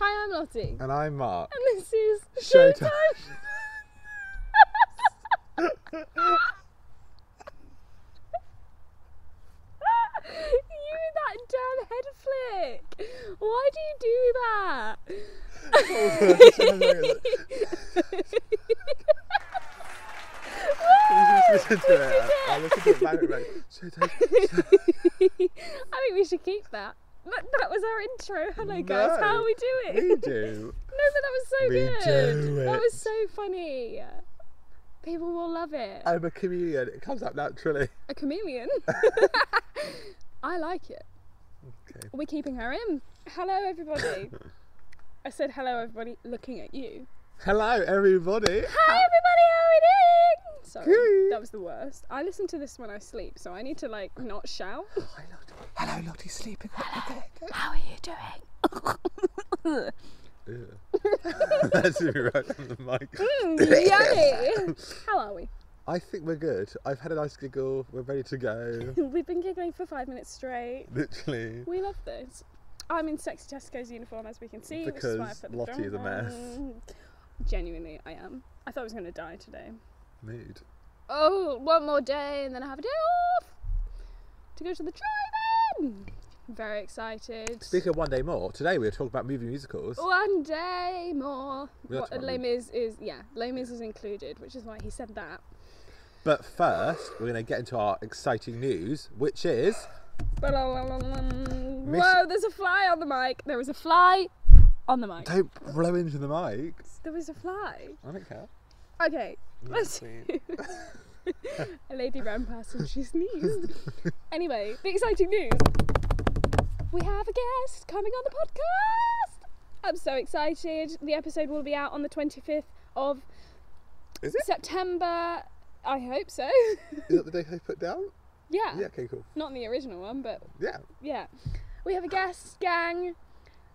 Hi, I'm Lottie. And I'm Mark. And this is Uh, Showtime. you with that damn head flick. Why do you do that? listen to it. I listen to it back and like, Showtime. I think we should keep that. That, that was our intro. Hello, guys. No, How are we doing? We No, do. but that was so We good. do That it. was so funny. People will love it. I'm a comedian. It comes up naturally. A chameleon. I like it. Okay. We're keeping her in. Hello, everybody. I said hello, everybody, looking at you. Hello, everybody. Hi, everybody. How are we doing? Sorry, Hey. that was the worst. I listen to this when I sleep, so I need to like not shout. Hello, Lottie sleeping. How are you doing? That's me right on the mic. Yummy. How are we? I think we're good. I've had a nice giggle. We're ready to go. We've been giggling for five minutes straight. Literally. We love this. I'm in sexy Tesco's uniform, as we can see, which is why I Because put the Lottie is a drum mess. on. Genuinely, I am. I thought I was going to die today. Mood. oh, one more day and then I have a day off to go to the driving. Very excited. Speaking of one day more, today we were talking about movie musicals. One day more. We are What, tomorrow. Les Mis is yeah, Les Mis is included, which is why he said that. But first, we're going to get into our exciting news, which is Whoa, there's a fly on the mic. There was a fly on the mic. don't blow into the mic. There was a fly. I don't care. Okay, let's. a lady ran past and she sneezed. anyway, the exciting news. We have a guest coming on the podcast. I'm so excited. The episode will be out on the 25th of Is it? September. I hope so. Is that the day they put down? yeah. Yeah. Okay. Cool. Not in the original one, but Yeah. yeah. We have a guest, gang.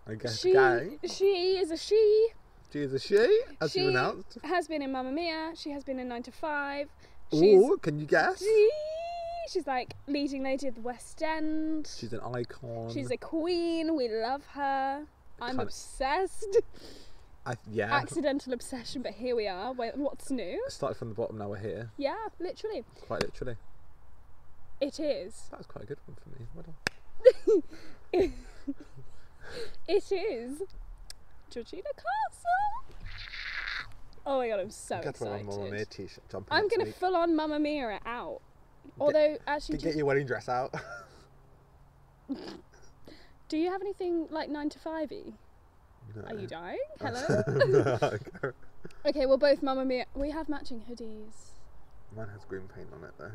I guess she gang. she is a she. She is a she, as she you announced. has been in Mamma Mia. She has been in 9 to 5. She's Ooh, can you guess? she, she's like leading lady of the West End. She's an icon. She's a queen. We love her. I'm Kind of- obsessed. I, yeah. Accidental obsession, but here we are. Wait, What's new? Started from the bottom, now we're here. Yeah, literally. Quite literally. It is. That was quite a good one for me. Well done. It is. Georgina Castle. Oh my god, I'm so Get one on Mamma Mia excited. t-shirt. Jump in I'm next gonna week. full on Mamma Mia it out. Although, actually, Get- do, get your wedding dress out. do you have anything like nine to five y? Are Uh, you dying? Hello? Hello. okay, well, both Mamma Mia. We have matching hoodies. Mine has green paint on it though.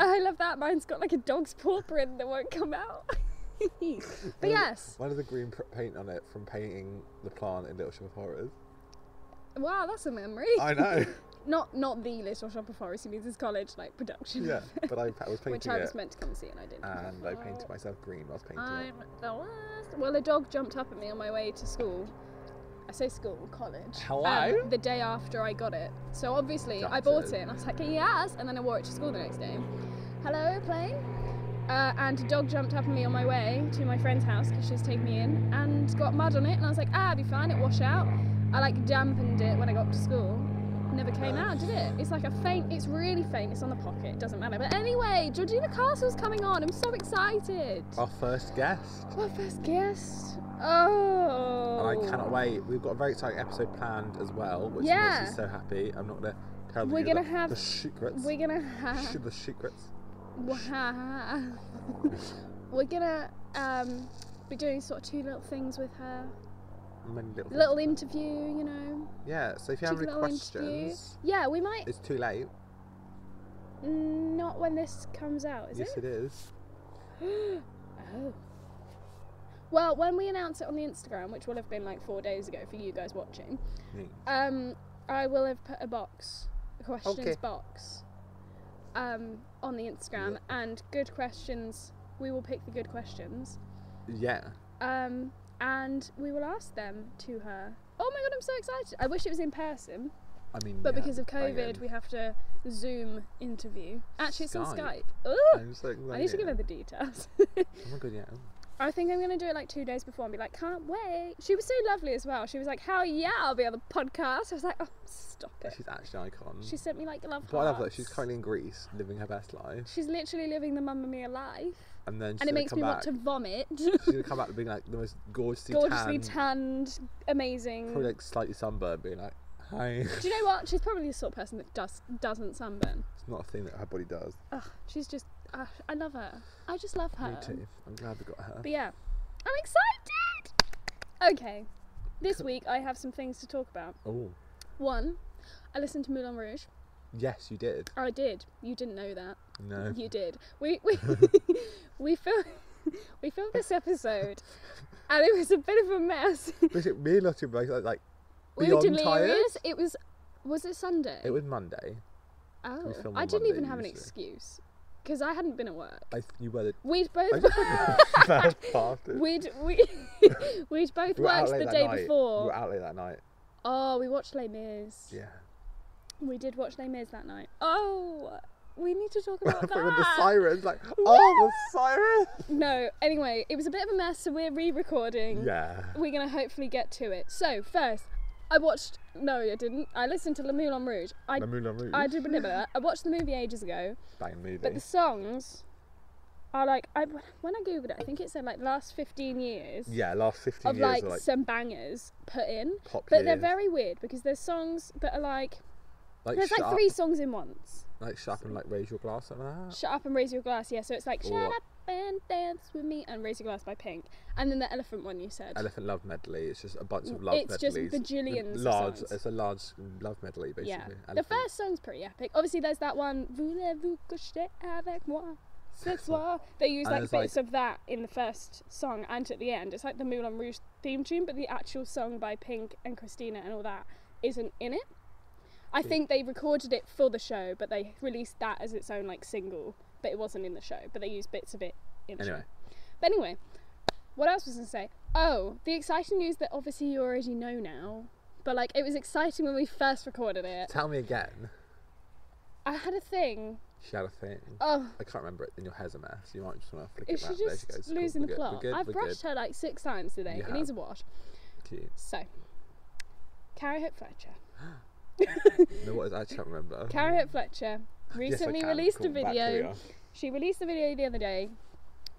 I love that. Mine's got like a dog's paw print that won't come out. but yes, Mine has a green pr- paint on it from painting the plant in Little Shop of Horrors. wow, that's a memory. I know. Not not the Little Shop of Horrors. He means his college like production. yeah, but I, I was Which painting I it, was meant to come see and I didn't. and I painted myself green whilst painting I'm it. the worst. Well, a dog jumped up at me on my way to school. I say school, college. Hello? um, the day after I got it. So obviously I bought Gutted. it and I was like, yes. And then I wore it to school the next day. Hello, plane. Uh, and a dog jumped up at me on my way to my friend's house because she was taking me in and got mud on it. And I was like, ah, it'll be fine, it wash out. I like dampened it when I got to school. Never came out, did it? It's like a faint, it's really faint, it's on the pocket, it doesn't matter. But anyway, Georgina Castle's coming on, I'm so excited. Our first guest. Our first guest. Oh. And I cannot wait. We've got a very exciting episode planned as well, which Yeah. makes me so happy. I'm not going to tell We're you gonna the, have- the secrets. We're gonna Sh- have. the secrets. Wow. We're gonna um, be doing sort of two little things with her. Many little, Little interview, you know. Yeah. So if you have cheeky any little interview. questions, Yeah, we might. it's too late. Mm, Not when this comes out, is yes, it? it is. Oh. Well, when we announce it on the Instagram, which will have been like four days ago for you guys watching, Mm. um, I will have put a box, a questions Okay. box, um, on the Instagram, and good questions. We will pick the good questions, Yeah. um, and we will ask them to her. Oh my god, I'm so excited! I wish it was in person, I mean, but yeah, because of COVID, banging. we have to Zoom interview. Actually, it's on Skype. Skype. Ooh, I'm so excited. I need to give her the details. Oh my god, yeah. I think I'm gonna do it like two days before and be like, can't wait. She was so lovely as well. She was like, hell yeah, I'll be on the podcast. I was like, oh, stop it. She's actually an icon. She sent me like love. but I love that hearts. she's currently in Greece, living her best life, She's literally living the Mamma Mia life, and then she's and it gonna makes come me back. want to vomit. She's gonna come back being like the most gorgeously, Gorgeously tanned, tanned, amazing. probably like slightly sunburned, being like, "Hi." Do you know what? She's probably the sort of person that does doesn't sunburn. It's not a thing that her body does. Ugh, she's just. Uh, I love her. I just love her. Me too. I'm glad we got her. But yeah, I'm excited. Okay, this week I have some things to talk about. Oh, One, I listened to Moulin Rouge. yes, you did. I did. You didn't know that. No, You did. We we we filmed we filmed this episode, and it was a bit of a mess. Basically, me and Lottie were both like, like we were Beyond delirious. tired? It was was it Sunday? it was Monday. oh, film I on didn't even Monday have an usually. excuse because I hadn't been at work. I th- you were the We'd I both just like first bastard. we'd we, we'd both We were out worked late the that day night. before. We were out late that night. Oh, we watched Les Mis. Yeah. We did watch Les Mis that night. Oh, we need to talk about But that. with the sirens, like, oh, the sirens. No, anyway, it was a bit of a mess, so we're re-recording. Yeah. We're gonna hopefully get to it. So first, I watched. No, I didn't. I listened to Le Moulin Rouge. I The Moulin Rouge. I did remember that. I watched the movie ages ago, Bang movie. but the songs are like I when I googled it, I think it said like the last fifteen years. yeah, last 15 Of years like, were like, some bangers put in, pop but years. they're very weird because there's songs that are like like, there's shut like up, Oh. three songs in once. Like, shut up and like raise your glass, something like that. Shut Up and Raise Your Glass. Yeah, so it's like Or Shut what? Up and Dance with Me and Raise Your Glass by Pink. And then the elephant one you said. Elephant love medley. It's just a bunch of love It's just medleys. bajillions of Large. songs. It's a large love medley, basically. yeah. The Elephant. first song's pretty epic. Obviously, there's that one, Voulez-vous coucher avec moi? Ce soir. They use like And there's, like- bits of that in the first song and at the end. It's like the Moulin Rouge theme tune, but the actual song by Pink and Christina and all that isn't in it. I think they recorded it for the show, but they released that as its own like single, but it wasn't in the show. But they used bits of it in the show. Anyway, But anyway, what else was I going to say? Oh, the exciting news that obviously you already know now. But like, it was exciting when we first recorded it. tell me again. I had a thing. She had a thing. Oh, I can't remember it. Then your hair's a mess. You might just want to flick is it she round. there she just goes. Cool, losing we're the good, plot? We're good. I've we're brushed her like six times today. You it needs a have. wash. Good. So, Carrie Hope Fletcher. Cute. No, what is I can't remember. Carrie Hope Fletcher Yes, I recently can. released Cool, a back to video. you. She released a video the other day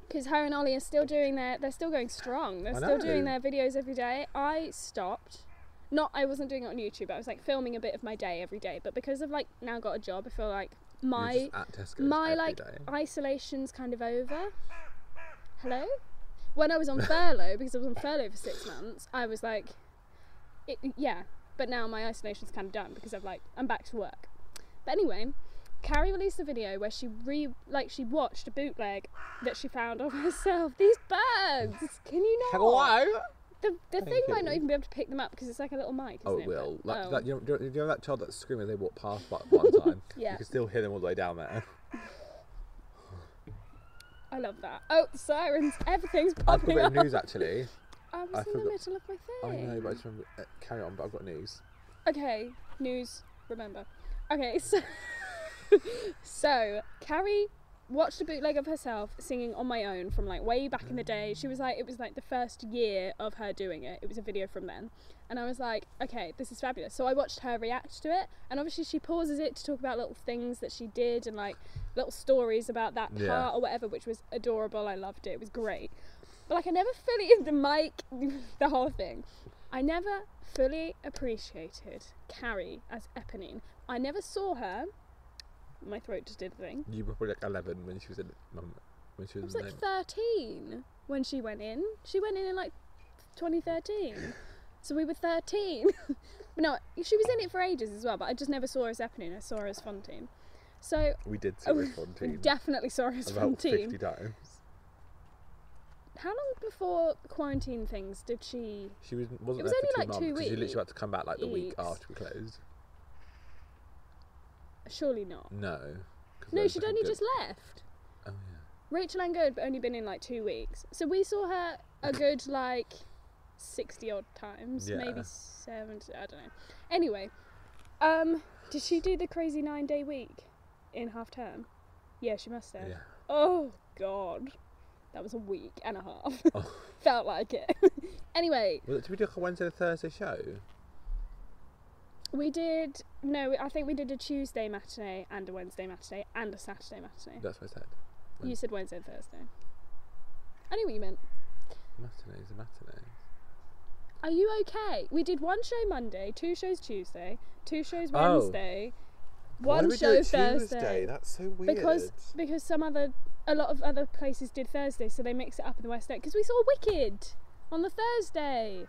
because her and Ollie are still doing their. They're still going strong. They're I still doing know. their videos every day. I stopped. Not I wasn't doing it on YouTube. I was like filming a bit of my day every day. But because I've like now got a job, I feel like You're my just at Tesco's my every like day. isolation's kind of over. Hello. When I was on furlough, because I was on furlough for six months, I was like, it, yeah. But now my isolation's kind of done because I've like I'm back to work. But anyway, Carrie released a video where she re like she watched a bootleg that she found of herself. These birds, can you know? The, the thing might not you. even be able to pick them up because it's like a little mic. Isn't Oh, it? it will. But- Like, oh. that, you, know, do you know- do you know that child that's screaming as they walk past that one time? Yeah. You can still hear them all the way down there. I love that. Oh, the sirens! Everything's I've got popping a bit up. of news actually. I was I in the forgot- middle of my I thing. know, but I just remember. Uh, carry on, but I've got news. Okay, news, remember. Okay, so so Carrie watched a bootleg of herself singing on my own from like way back in the day. She was like it was like the first year of her doing it. It was a video from then. And I was like, okay, this is fabulous. So I watched her react to it and obviously she pauses it to talk about little things that she did and like little stories about that part Yeah. or whatever, which was adorable. I loved it. It was great. But like I never fully the mic the whole thing. I never fully appreciated Carrie as Eponine. I never saw her. My throat just did a thing. You were probably like 11 when she was in. Um, when she I was was, in like the- 13 when she went in. She went in in like 2013. So we were 13. but no, she was in it for ages as well, but I just never saw her as Eponine. I saw her as Fontaine. So We did I see this on we team. definitely saw her as About Fontaine. 50 times. How long before quarantine things did she She was, wasn't It was there only, for two like, months. two 'cause She literally had to come back like the week weeks. after we closed. surely not? No. 'cause No, those she'd looking only good- just left. Oh, yeah. Rachel Ango had only been in like two weeks, so we saw her a good like sixty odd times, Yeah. maybe seventy. I don't know. Anyway, um, did she do the crazy nine day week in half term? Yeah, she must have. Yeah. Oh God, That was a week and a half. Oh. Felt like it. anyway, Was it, did we do a Wednesday and Thursday show? we did. No, I think we did a Tuesday matinee and a Wednesday matinee and a Saturday matinee. That's what I said. You said Wednesday and Thursday. I knew what you meant. Matinees are matinees. Are you okay? We did one show Monday, two shows Tuesday, two shows Oh. Wednesday, Why one do we show do it Tuesday? Thursday. That's so weird. Because because some other a lot of other places did Thursday, so they mix it up in the West End. Because we saw Wicked on the Thursday.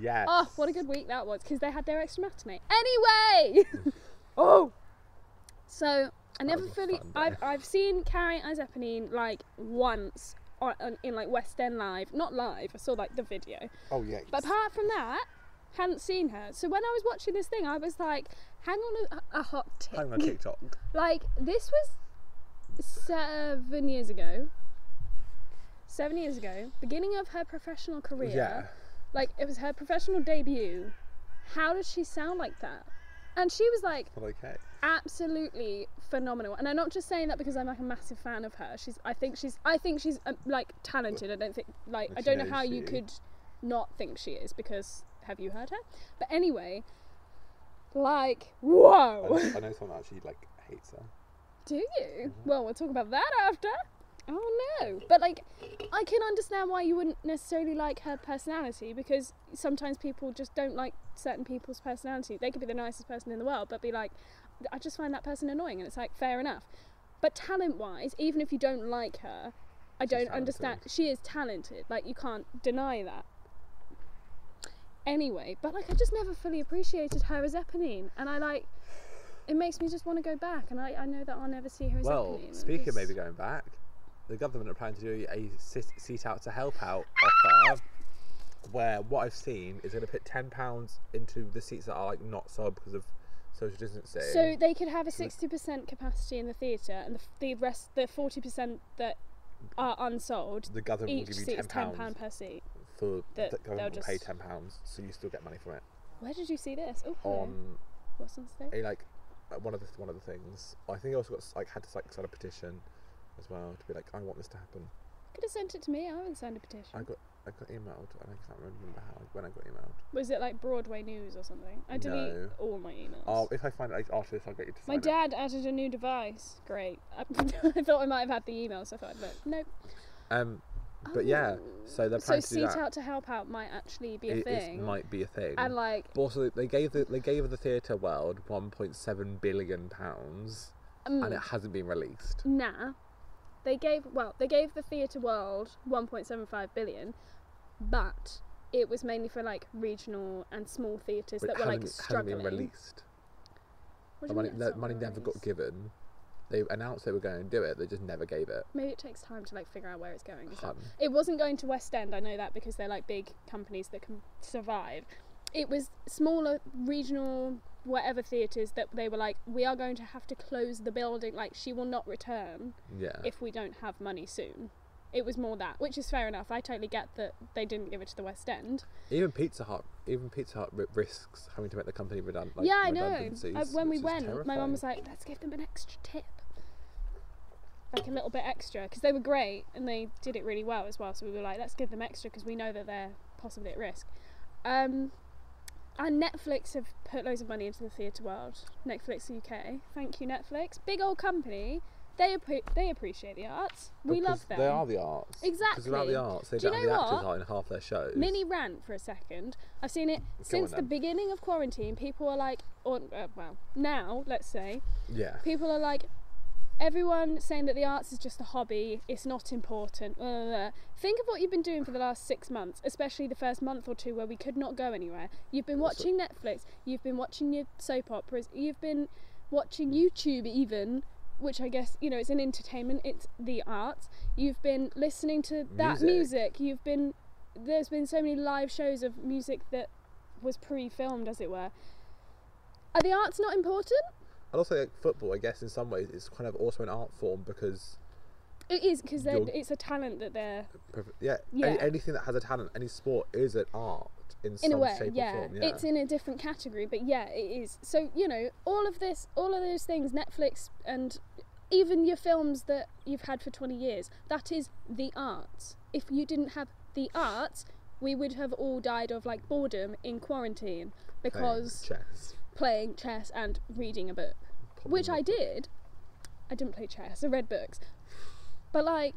yes. Oh, what a good week that was! Because they had their extra matinee. Anyway, Oh. so I never was a fully. fun day. I've I've seen Carrie Isapenin like once on, on, in like West End live, not live. I saw like the video. Oh yeah. But apart from that, hadn't seen her. So when I was watching this thing, I was like, hang on a, a hot tick. Hang on TikTok. Like, this was seven years ago. Seven years ago, beginning of her professional career. Yeah. Like, it was her professional debut. How does she sound like that? And she was like Well, okay. absolutely phenomenal. And I'm not just saying that because I'm like a massive fan of her. She's, I think she's, I think she's um, like talented. I don't think, like, I She don't know knows how she you is. could not think she is because have you heard her? But anyway, like, I whoa. know, I know someone actually like hates her. Do you? Well, we'll talk about that after. Oh no. But like I can understand why you wouldn't necessarily like her personality because sometimes people just don't like certain people's personality. They could be the nicest person in the world but be like I just find that person annoying and it's like fair enough. But talent-wise, even if you don't like her, I don't understand. talented. She is talented. Like you can't deny that. Anyway, but like I just never fully appreciated her as Eponine and I like it makes me just want to go back, and I, I know that I'll never see her as Well, Eponine, and speaking of just- maybe going back, the government are planning to do a sit, seat out to help out offer, where what I've seen is going to put ten pounds into the seats that are like not sold because of social distancing. So they could have a sixty percent capacity in the theatre, and the, f- the rest, the forty percent that are unsold, the government will each give you seat ten is ten pounds pound per seat. for that the government they'll will pay just- ten pounds, so you still get money from it Where did you see this? Oh, hello. on what's on stage? a, like uh, one of the one of the things. I think I also got like had to like sign a petition as well to be like I want this to happen. Could have sent it to me. I haven't signed a petition. I got I got emailed and I can't remember how when I got emailed. Was it like Broadway News or something? I delete No. all my emails. Oh, if I find it after this, I'll get you to sign my it. dad added a new device. Great. I, I thought I might have had the email, so I thought I'd look. Nope. Oh. Um, but yeah, so they're So planning to do seat that. out to help out might actually be a it, thing. it might be a thing. and like but also, they gave the they gave the theatre world 1.7 billion pounds, mm, and it hasn't been Hmm. released. Nah. They gave well, they gave the theatre world 1.75 billion, but it was mainly for like regional and small theatres But that were it hasn't, like it hasn't struggling. been released. What The do you money, mean the it's not money been never got released? given. They announced they were going to do it. They just never gave it. Maybe it takes time to like figure out where it's going. is that- Hun. It wasn't going to West End, I know that because they're like big companies that can survive. It was smaller regional whatever theatres that they were like, we are going to have to close the building. Like she will not return. Yeah. if we don't have money soon. It was more that, which is fair enough. I totally get that they didn't give it to the West End. even Pizza Hut, even Pizza Hut ri- risks having to make the company redundant. Like, yeah, I know. redundancies, I, when we which is went, my terrifying. mum was like, "Let's give them an extra tip, like a little bit extra," because they were great and they did it really well as well. So we were like, "Let's give them extra because we know that they're possibly at risk." Um, and Netflix have put loads of money into the theatre world. Netflix UK, thank you Netflix, big old company. They appre- they appreciate the arts. We love them. Because They are the arts. Because without Exactly. the arts, they Do you don't have know the what? actors out in half their shows. mini rant for a second. I've seen it since the on then. beginning of quarantine. People are like, or uh, well, now let's say, Yeah. people are like, everyone saying that the arts is just a hobby. It's not important. blah, blah, blah. Think of what you've been doing for the last six months, especially the first month or two where we could not go anywhere. You've been That's watching Netflix. You've been watching your soap operas. You've been watching YouTube even. Which I guess you know, it's an entertainment. It's the arts. You've been listening to that Music. music. You've been there's been so many live shows of music that was pre-filmed, as it were. Are the arts not important? And also, like football, I guess in some ways, it's kind of also an art form because, It is because You're- it's a talent that they're prof- yeah, Yeah. Any, anything that has a talent, any sport is an art in, in some a way. shape Yeah. or form. Yeah. it's in a different category, but yeah, it is. So you know, all of this, all of those things, Netflix and even your films that you've had for 20 years, that is the arts. If you didn't have the arts, we would have all died of like boredom in quarantine because Playing chess. playing chess and reading a book, Probably which I did. I didn't play chess, I read books. But like,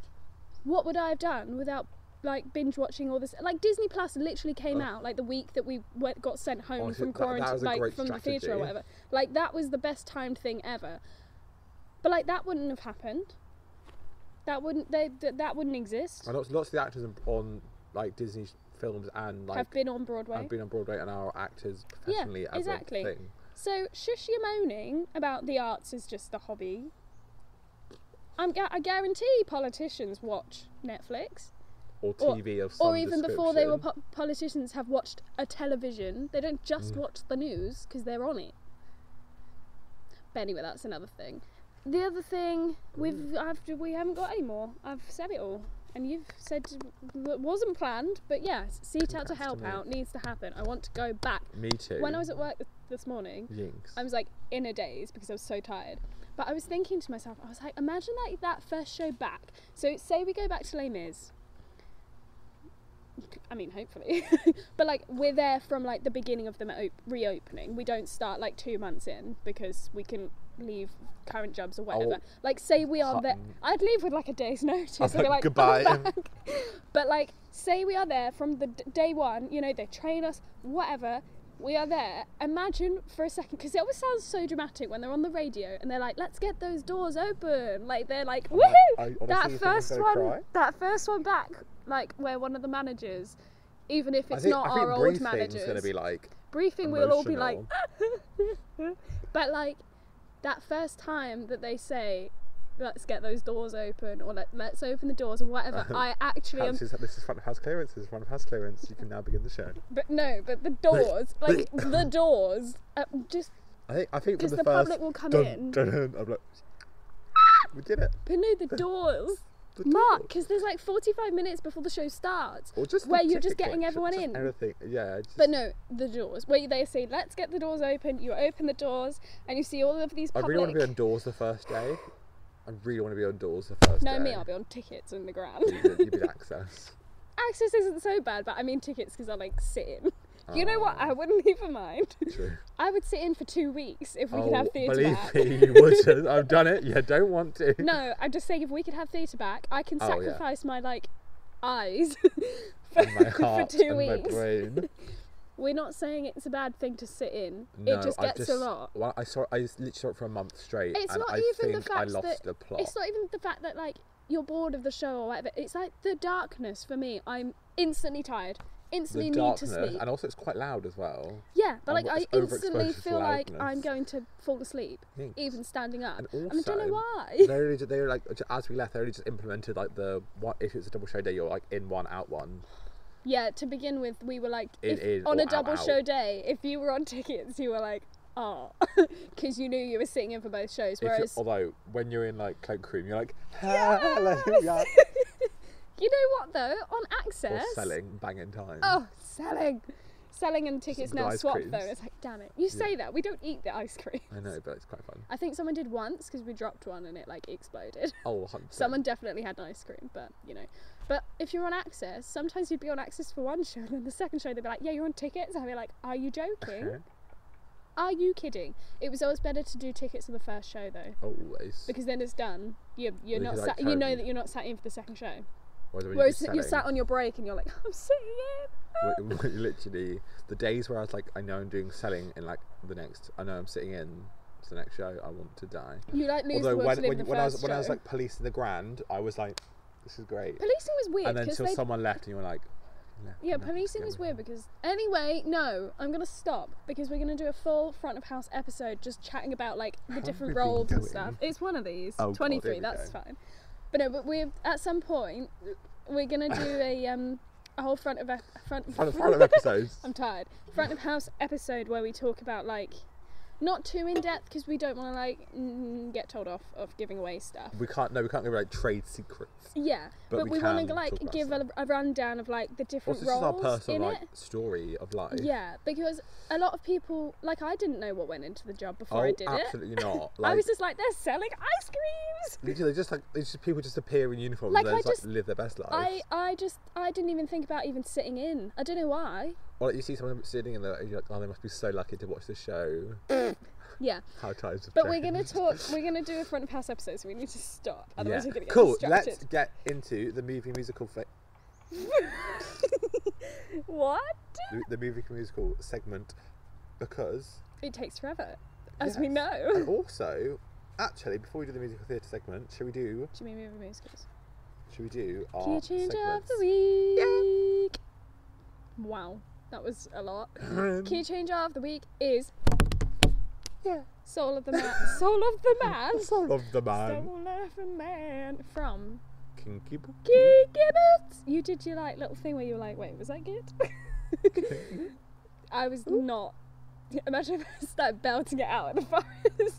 what would I have done without like binge watching all this? Like Disney Plus literally came out like the week that we went, got sent home Honestly, from Oh, that- that quarantine, was a like great from the theatre strategy. or whatever. Like that was the best timed thing ever. But like that wouldn't have happened. That wouldn't they th- that wouldn't exist. I know lots of the actors on, on like Disney films and like have been on Broadway. have been on Broadway and are actors professionally as exactly. a thing. So shush your moaning about the arts is just a hobby. I'm, gu- I guarantee politicians watch Netflix, Or Or- TV of some or even before they were description. Mm. po- politicians have watched a television. They don't just watch the news because they're on it. But anyway, that's another thing. The other thing we've Mm. I've, we haven't got any more. I've said it all, and you've said it wasn't planned, but yes, seat out to Congrats to help me. out needs to happen. I want to go back. Me too. When I was at work th- this morning, Yinx. I was like in a daze because I was so tired. But I was thinking to myself, I was like, imagine that that first show back. So say we go back to Les Mis. I mean, hopefully, but like we're there from like the beginning of them op- reopening. We don't start like two months in because we can leave current jobs or whatever. like say we are there, Hutton. I'd leave with like a day's notice. I'm and be like, like, "Goodbye." "I'm back." But like, say we are there from the d- day one. You know, they train us, whatever. We are there. Imagine for a second, because it always sounds so dramatic when they're on the radio and they're like, "Let's get those doors open." Like they're like, "Woohoo!" I honestly that think I'm first gonna one, cry. that first one back, like where one of the managers, even if I it's think, not I think our old briefing's managers, going to be like briefing, we'll all be like, emotional. but like that first time that they say, "Let's get those doors open," or Let, "Let's open the doors," or whatever, I actually am This is, this is front of house clearance. This is front of house clearance. You can now begin the show. But no, but the doors, like the doors, uh, just I think I think 'Cause from the, the first, public will come dun, in. Dun, dun, I'm like, we did it. but no, the doors. The Mark, doors. because there's like 45 minutes before the show starts, Or just the where you're just ticket getting collection, everyone just in. Everything. Yeah. Just, But no, the doors. Where they say, "Let's get the doors open." You open the doors, and you see all of these I public. really want to be on doors the first day. I really want to be on doors the first no, day. me, I'll be on tickets in the ground. You'd be- you'd be in access. Access isn't so bad, but I mean tickets because I like sit in. You know what? I wouldn't even mind. Ah. True. I would sit in for two weeks if we could oh, have theatre believe back. me, you wouldn't. I've done it. You don't want to. No, I'm just saying if we could have theatre back, I can Oh, yeah. sacrifice my like eyes for, In my for heart two and my weeks. brain. We're not saying it's a bad thing to sit in. No, it just I gets a lot. Well, I saw. I just literally saw it for a month straight, It's and not I even the think I fact lost that- the plot. It's not even the fact that like you're bored of the show or whatever. It's like the darkness for me. I'm instantly tired. the Instantly need to darkness, sleep. and also it's quite loud as well. Yeah, but like and I what's instantly overexposure to feel like loudness. I'm going to fall asleep, Yikes. even standing up. And I don't know also, why. they really, ju- they were like ju- as we left, they already just implemented like the what if it's a double show day, you're like in one out one. Yeah, to begin with, we were like, In, if, in, on or a out, double out. show day, if you were on tickets, you were like, oh, because you knew you were sitting in for both shows. If you, Whereas, although when you're in like cloakroom, you're like hello, yeah. you know what though, on or Access, selling bang in time. oh, selling, selling and tickets with now ice swap creams. though. It's like, damn it, you say that we don't eat the ice cream. I know, but it's quite fun. I think someone did once because we dropped one and it like exploded. Oh, 100%. Someone definitely had an ice cream, but you know. But if you're on Access, sometimes you'd be on Access for one show, and then the second show they'd be like, "Yeah, you're on tickets." I'd be like, "Are you joking? Are you kidding?" It was always better to do tickets for the first show though, always. because then it's done. You're you're Or you not could, like, sat, you know tone- that you're not sat in for the second show. Whereas when Whereas just you're sat selling, on your break and you're like, "I'm sitting in." w- w- literally the days where I was like, I know I'm doing selling, and like the next, I know I'm sitting in to the next show. I want to die. You like lose the Although will when to live when, the when I was first when I was show. like policing the grand, I was like, this is great. policing was weird and then because until they someone left, and you were like, "No, Yeah, I'm not policing going was with weird because. Anyway, no, I'm gonna stop because we're gonna do a full front of house episode just chatting about like the have we different been roles and doing? stuff. It's one of these. Oh, God, here 23, we that's go. fine. But no, but we're at some point we're gonna do a um a whole front of front front of, front of episodes. I'm tired. Front of house episode where we talk about like Not too in depth because we don't want to like mm, get told off of giving away stuff. We can't. No, we can't give like trade secrets. Yeah, But but, we we, want to can like talk about give a, a rundown of like the different Also, this is our roles personal in like it. story of life. Yeah, because a lot of people like I didn't know what went into the job before Oh, I did it. absolutely not. Like, I was just like they're selling ice creams. literally just like it's just people just appear in uniforms Like, and I they just, like, just- live their best life. I I just I didn't even think about even sitting in. I don't know why. Or like you see someone sitting in there, you're like, oh, they must be so lucky to watch the show. Yeah, How times have but we're gonna changed. talk. We're gonna do a front of house episode, so we need to stop. Otherwise, Yeah. we're gonna get cool. distracted. Let's get into the movie musical fla- what? the, the movie musical segment because It takes forever, as we Yes. know. and also actually before we do the musical theatre segment, should we do Jimmy Movie Musicals. should we do Key our change of segments? the week. Wow, that was a lot. Key change of the week is yeah. Soul of the Man. Soul of the Man. Soul of the man. Soul of the Man from Kinky Booky. Key Gibbons. You did your like little thing where you were like, wait, was that good? I was not. Imagine if I started belting it out in the forest.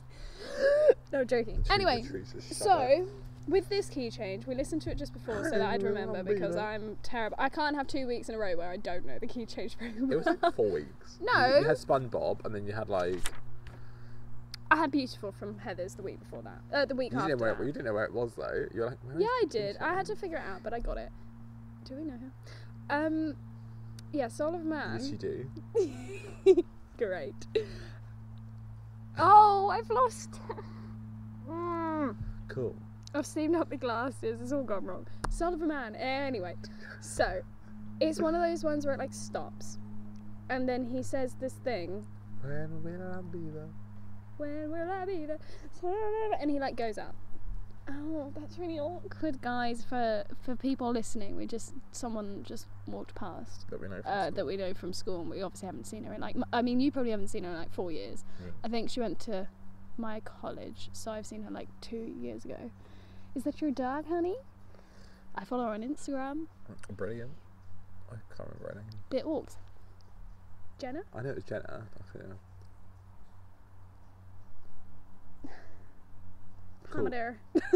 no I'm joking. Treat the Anyway, trees to shut up. so with this key change, we listened to it just before so that I'd Oh, remember Bina. because I'm terrible. I can't have two weeks in a row where I don't know the key change very well. it was like four weeks. You- No. You had SpongeBob and then you had like I had beautiful from Heather's the week before that. Uh, the week you after. didn't, know where it, that. you didn't know where it was though. You were like, where is Yeah, I Key did. I had to Change? figure it out, but I got it. Do we know how? Um, yeah, Soul of Man. Yes, you do. Great. Oh, I've lost. Mm. Cool. I've steamed up the glasses. It's all gone wrong. Son of a man. Anyway, so it's one of those ones where it like stops, and then he says this thing. When will I be there? When will I be there? And he like goes up. Oh, that's really awkward, guys. For for people listening, we just someone just walked past That we know. from uh, school. that we know from school, and we obviously haven't seen her in like. m- I mean, you probably haven't seen her in like four years. Yeah. I think she went to my college, so I've seen her like two years ago. Is that your dog, honey? I follow her on Instagram. Brilliant. I can't remember her name. Bit walks. Jenna. I know it was Jenna. I couldn't know. Cool. Hamadera.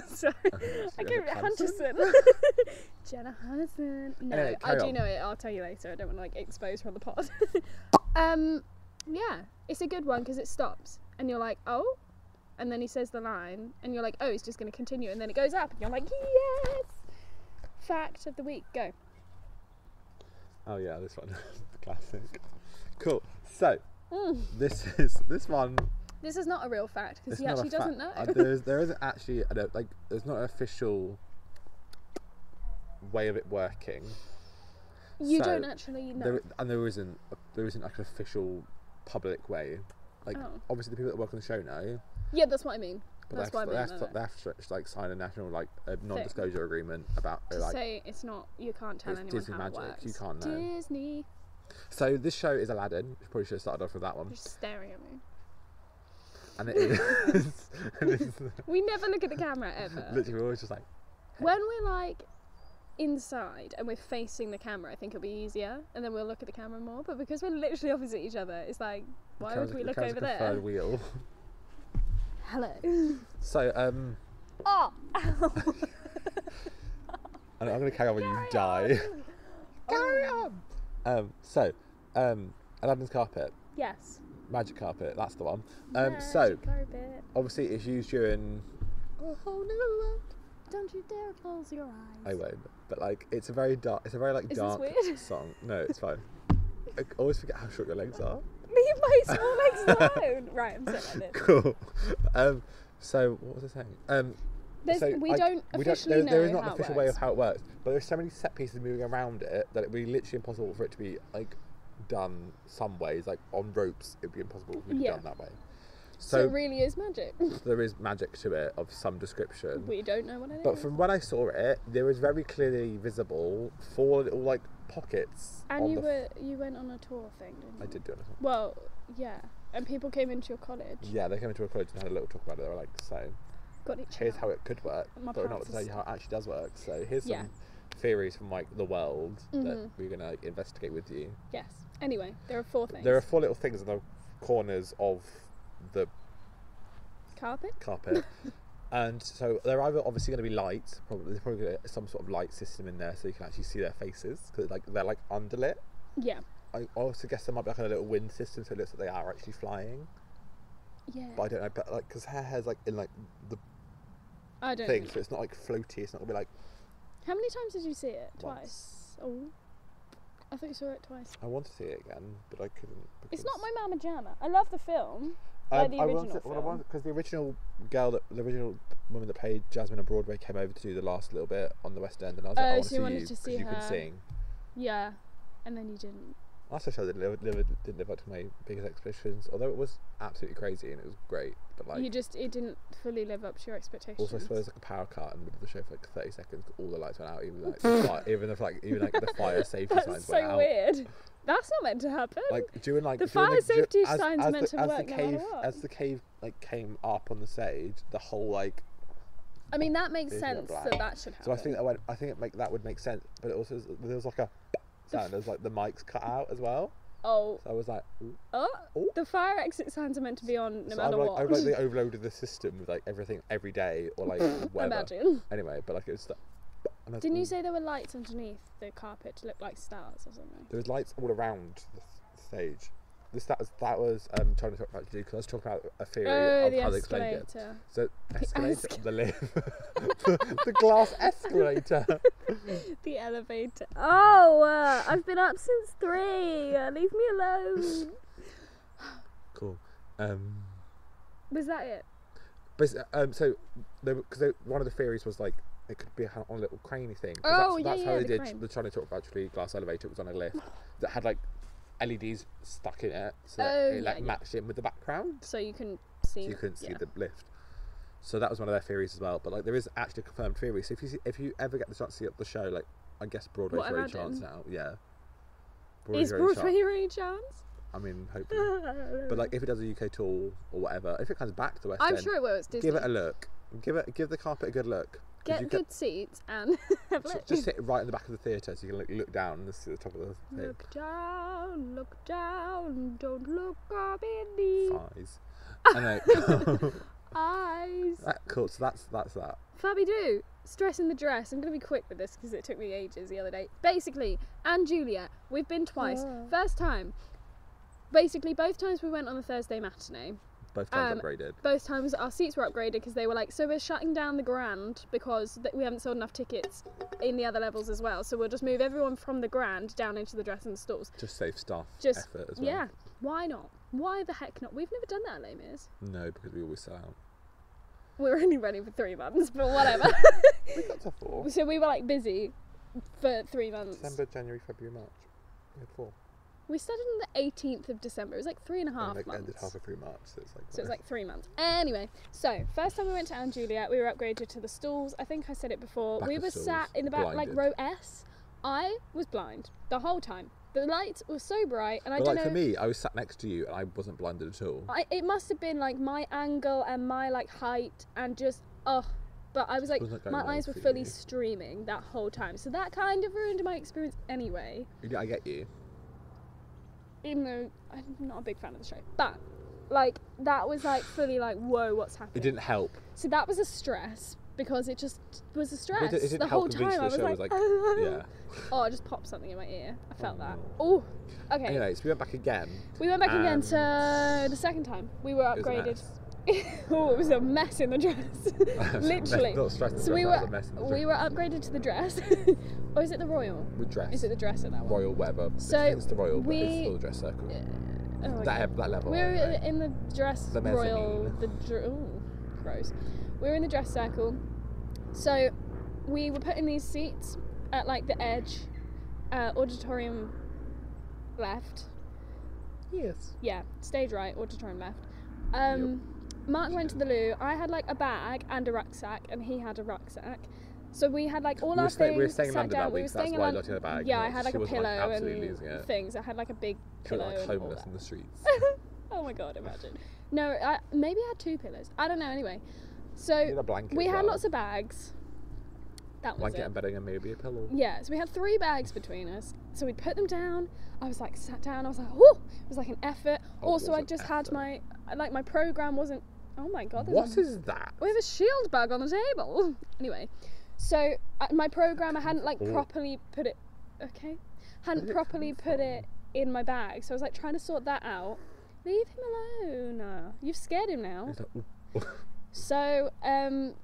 Sorry. I Jenna can't remember. Hunterson. Jenna Hunterson. No, Anyway, I carry do on. know it. I'll tell you later. I don't want to like expose her on the pod. um, yeah, it's a good one because it stops and you're like, oh, and then he says the line and you're like, oh, it's just going to continue and then it goes up and you're like, yes. Fact of the week. Go. Oh yeah, this one. Classic. Cool. So Mm. this is this one. This is not a real fact because It's he not a actually doesn't know. fact. Uh, there's there isn't actually I don't, like there's not an official way of it working. you so don't actually know. There, and there isn't there isn't like an official public way. Like Oh. obviously the people that work on the show know, yeah, that's what I mean. but That's they what I have, to, they, mean. have no, to, no. they have to like sign a national like a non-disclosure agreement about to like say it's not you can't tell It's anyone Disney how magic, it works. you can't know. Disney, So this show is Aladdin. We probably should have started off with that one. you're staring at me. And it is. and it's We never look at the camera ever. literally, we're always just like, when we're like inside and we're facing the camera, I think it'll be easier, and then we'll look at the camera more. But because we're literally opposite each other, it's like, why becomes- would we look becomes over like a Third there? wheel. Hello. So um, Oh. and I'm gonna carry on when you die. Carry on. Um, so um, Aladdin's carpet, Yes. magic carpet. That's the one. Um, so Magic carpet. obviously it's used during. Oh, A whole new world. Don't you dare close your eyes. I won't. But like, it's a very dark. It's a very like this dark weird? song. No, it's fine. I always forget how short your legs are. Leave my small legs alone. Right, I'm sitting like this. Cool. Um, so what was I saying? Um, There's, So we I- don't we officially there- there know is not how an official it way works. of how it works, but there's so many set pieces moving around it that it would be literally impossible for it to be like done some ways, like on ropes. It'd be impossible for it to be Yeah. done that way. So, So it really is magic. there is magic to it of some description, we don't know what it is. but from when I saw it, there was very clearly visible four little like pockets. on and you the were you went on a tour thing, didn't you? I did do it. Well, yeah. And people came into your college. Yeah, they came into a college and had a little talk about it. They were like, "So Got it. here's how it could work, My but we're not parents going to tell is- you how it actually does work. So here's some Yeah. theories from like the world that Mhm. we're going to like, investigate with you. Yes. Anyway, there are four things. There are four little things in the corners of the Carpet? carpet. and so they're either obviously going to be lights, probably there's probably gonna be some sort of light system in there so you can actually see their faces because like they're like underlit. Yeah. I also guess there might be like a little wind system so it looks like they are actually flying, Yeah. but I don't know. But like because her hair's like in like the I don't thing, think- so it's not like floaty. It's not gonna be like How many times did you see it? Once. Twice. Oh. I thought you saw it twice. I want to see it again, but I couldn't. It's because- not my mama jamma. I love the film. like the Um, I original wanted, film. because the original girl, that, the original woman that played Jasmine on Broadway came over to do the last little bit on the West End, and I was like, Oh, I want so to you see wanted you to because see you can her. sing. Yeah. And then you didn't. That's a show that didn't live, live- didn't live up to my biggest expectations, although it was absolutely crazy and it was great. But like, you just it didn't fully live up to your expectations. also I suppose like a power cut and the show for like thirty seconds, all the lights went out, even like the fire, even the like even like the fire safety That's signs so went out. weird. That's not meant to happen. Like doing like The during, fire like, dur- safety as, signs as meant the, to as work the no matter cave what. as the cave like came up on the stage, the whole like I mean that makes Is it sense black? that that should happen. So I think that went, I think it make that would make sense, but it also is- there was like a sound. There's like the mics cut out as well. oh, So I was like, ooh. oh, Oh. the fire exit signs are meant to be on no so matter I'm like, what. I like they overloaded the system with like everything every day or like whatever. Imagine. Anyway, but like it was. St- and I was, Didn't you "Ooh." say there were lights underneath the carpet to look like stars or something? there was lights all around the s- stage? This that was that was um trying to talk about because I was talking about a theory Oh, of the how they explained it. escalator. So escalator, escal- the lift, the, the glass escalator. The elevator. Oh, uh, I've been up since three. Uh, leave me alone. cool. Um. Was that it? But um, so because one of the theories was like it could be on a little craney thing. 'cause Oh, that's, yeah, that's how yeah, they the did crane. the trying to talk about actually glass elevator. It was on a lift that had like LEDs stuck in it, so that Oh, it yeah, like yeah. matched in with the background, So you couldn't see. so you couldn't see yeah. the lift. So that was one of their theories as well. But like there is actually a confirmed theory. So if you see, if you ever get the chance to see up the show, like I guess Broadway's What, your only chance Aladdin? now. Yeah. Is Broadway's your only Broadway chance. your only chance? I mean, hopefully. But like if it does a UK tour or whatever, if it comes back to the West I'm End, sure it will. It's Disney. give it a look. Give it, give the carpet a good look. 'Cause Get you good seats and have a Can, look. just, just sit right in the back of the theatre, so you can look, look down and see the top of the thing. Look down, look down, don't look up in the Eyes. I know. eyes. That- cool. So that's that's that. Fabby Do, stress in the dress. I'm going to be quick with this because it took me ages the other day. Basically, and Julia, we've been twice. Yeah. First time, basically, both times we went on a Thursday matinee. Both times Um, upgraded. Both times our seats were upgraded because they were like, so we're shutting down the Grand because th- we haven't sold enough tickets in the other levels as well. So we'll just move everyone from the Grand down into the dressing stalls. Just save staff Just effort as well. yeah, why not? Why the heck not? We've never done that at Les Mis. No, because we always sell out. We were only running for three months, but whatever. We got to four. so we were like busy for three months. December, January, February, March. We had four. We started on the 18th of December. It was like three and a half and like months. ended half of through March. So it's like. so it was like three months. Anyway, so first time we went to Anne Juliet, we were upgraded to the stalls. I think I said it before. Back we of were stalls, sat in the back, blinded. like row S. I was blind the whole time. The lights were so bright, and I but don't like know. for me, I was sat next to you and I wasn't blinded at all. I, it must have been like my angle and my like height and just oh but I was like Wasn't going my well eyes were for fully you. streaming that whole time so that kind of ruined my experience anyway Yeah, I get you. even though I'm not a big fan of the show but like that was like fully like whoa what's happening It didn't help. so that was a stress because it just was a But stress It, it didn't the help whole convince time I you was the show like, was like, yeah. oh I just popped something in my ear I felt that Oh. oh okay Anyway, so we went back again. we went back again and- to the second time we were It was a upgraded mess. oh, it was a mess in the dress. Literally. Not stress, the so we dress, were that was a mess in the we were upgraded to the dress. or is it the royal? We dressed. Is it the dress at that one? royal Weber. So, I think it's the royal, but it's we- still the dress circle. Oh, my that, God. that level. we were anyway. in the dress The royal. mezzanine. The dr- ooh, gross. We were in the dress circle. So we were put in these seats at like the edge, uh, auditorium left. Yes. Yeah, stage right, auditorium left. Um, Mark went to the loo. I had like a bag and a rucksack, and he had a rucksack. So we had like all We were our stay- we things were staying in sat London down. that we week, were so that's staying in why you Lon- got your bag, Yeah, not- I had like she a wasn't, pillow like, absolutely and losing it. things. I had like a big She pillow went like and all homeless that. in the streets. oh my god, imagine. No, I, maybe I had two pillows. I don't know. Anyway, so You had a blanket we as had well. lots of bags, That was blanket it. and bedding and maybe a pillow. Yeah, so we had three bags between us. So we put them down. I was like sat down. I was like, oh, it was like an effort. Oh, it also, was I an just had effort. my like my program wasn't. Oh my god, there's What a- is that? we have a shield bag on the table. Anyway, so uh, my program, I hadn't like Oh. properly put it. Okay, hadn't did it come properly put it in my bag. So I was like trying to sort that out. Leave him alone. uh, You've scared him now. It's like, ooh. So, um,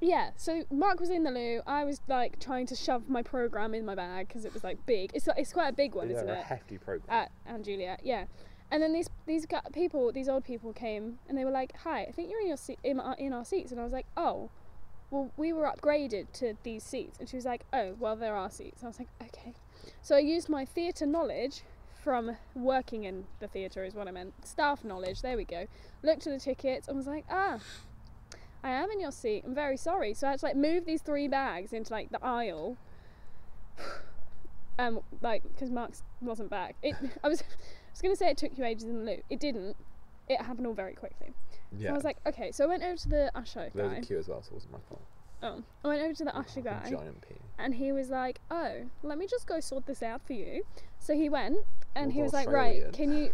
yeah, so Mark was in the loo. I was like trying to shove my program in my bag because it was like big. It's it's quite a big one, These isn't are a it? Ah, hefty program. At and Juliet, yeah. And then these these gu- people, these old people came and they were like, "Hi, I think you're in your seat in our, in our seats." And I was like, "Oh, well, we were upgraded to these seats." And she was like, "Oh, well, there are seats." And I was like, "Okay." So I used my theatre knowledge from working in the theatre is what I meant. Staff knowledge. There we go. Looked at the tickets and was like, "Ah, I am in your seat. I'm very sorry. So I had to like move these three bags into like the aisle. Um, like because Mark's wasn't back. It, I was, I was gonna say it took you ages in the loop. It didn't. It happened all very quickly. yeah. So I was like, okay. So I went over to the usher there was guy. a queue as well, so it wasn't my fault. Oh, I went over to the usher Fucking guy, Giant pee. and he was like, oh, let me just go sort this out for you. So he went, and What he was like, Australian. right, can you?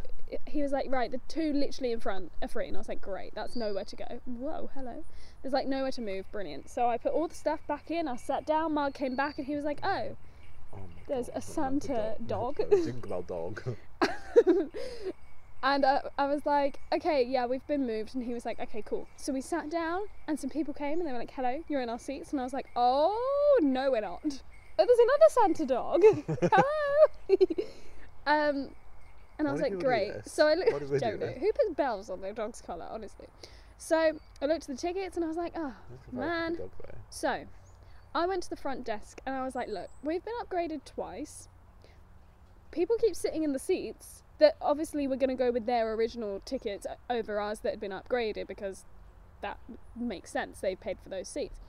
He was like, right, the two literally in front are free, and I was like, great, that's nowhere to go. Whoa, hello. There's like nowhere to move. Brilliant. So I put all the stuff back in. I sat down. Mark came back, and he was like, oh, Oh my There's God, a I don't Santa like the dog. There's a Jingle bell dog. and uh, I was like, okay, yeah, we've been moved. And he was like, okay, cool. So we sat down, and some people came, and they were like, hello, you're in our seats. And I was like, oh, no, we're not. But there's another Santa dog. hello. um, and I Why was do like, people do great. this? So I Why looked, do they do don't know. this? Who puts bells on their dog's collar, honestly? So I looked at the tickets, and I was like, oh, man. Dog there. So, I went to the front desk and I was like, look, we've been upgraded twice. People keep sitting in the seats that obviously were going to go with their original tickets o- over ours that had been upgraded because that makes sense. They paid for those seats.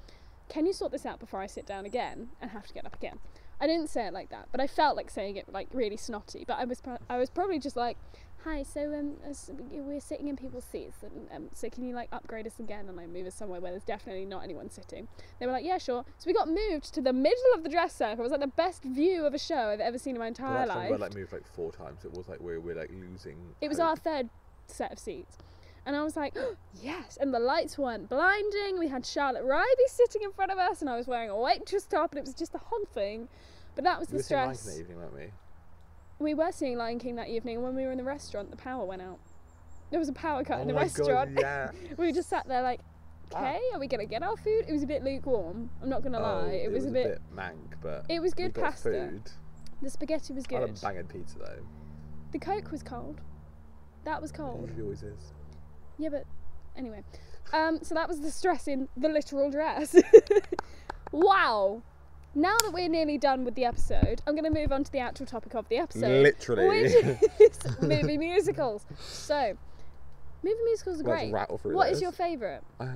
Can you sort this out before I sit down again and have to get up again? I didn't say it like that, but I felt like saying it like really snotty. But I was pro- I was probably just like, "Hi, so um, as- we're sitting in people's seats, and um, so can you like upgrade us again and like move us somewhere where there's definitely not anyone sitting?" They were like, "Yeah, sure." So we got moved to the middle of the dress circle. It was like the best view of a show I've ever seen in my Well, entire that song got, life. like moved like four times. It was like we were like losing. It was hope. our third set of seats. And I was like, yes. And the lights weren't blinding. We had Charlotte Riley sitting in front of us, and I was wearing a waitress top, and it was just the whole thing. But that was We the were seeing Lion King stress. that evening, weren't we? We were seeing Lion King that evening, and when we were in the restaurant, the power went out. There was a power cut oh in the my restaurant. God, yeah. we just sat there like, Ah. okay, are we gonna get our food? It was a bit lukewarm. I'm not gonna Oh, lie. It, was, a bit. mank, but It was we good got pasta. Food. The spaghetti was I had a good. banging pizza though. The coke was cold. That was It cold. usually always is. Yeah, but anyway. Um, so that was the stress in the literal dress. wow. Now that we're nearly done with the episode, I'm going to move on to the actual topic of the episode. Literally. Which is movie musicals. So, movie musicals are Let's great. rattle through What is those. your favourite? I,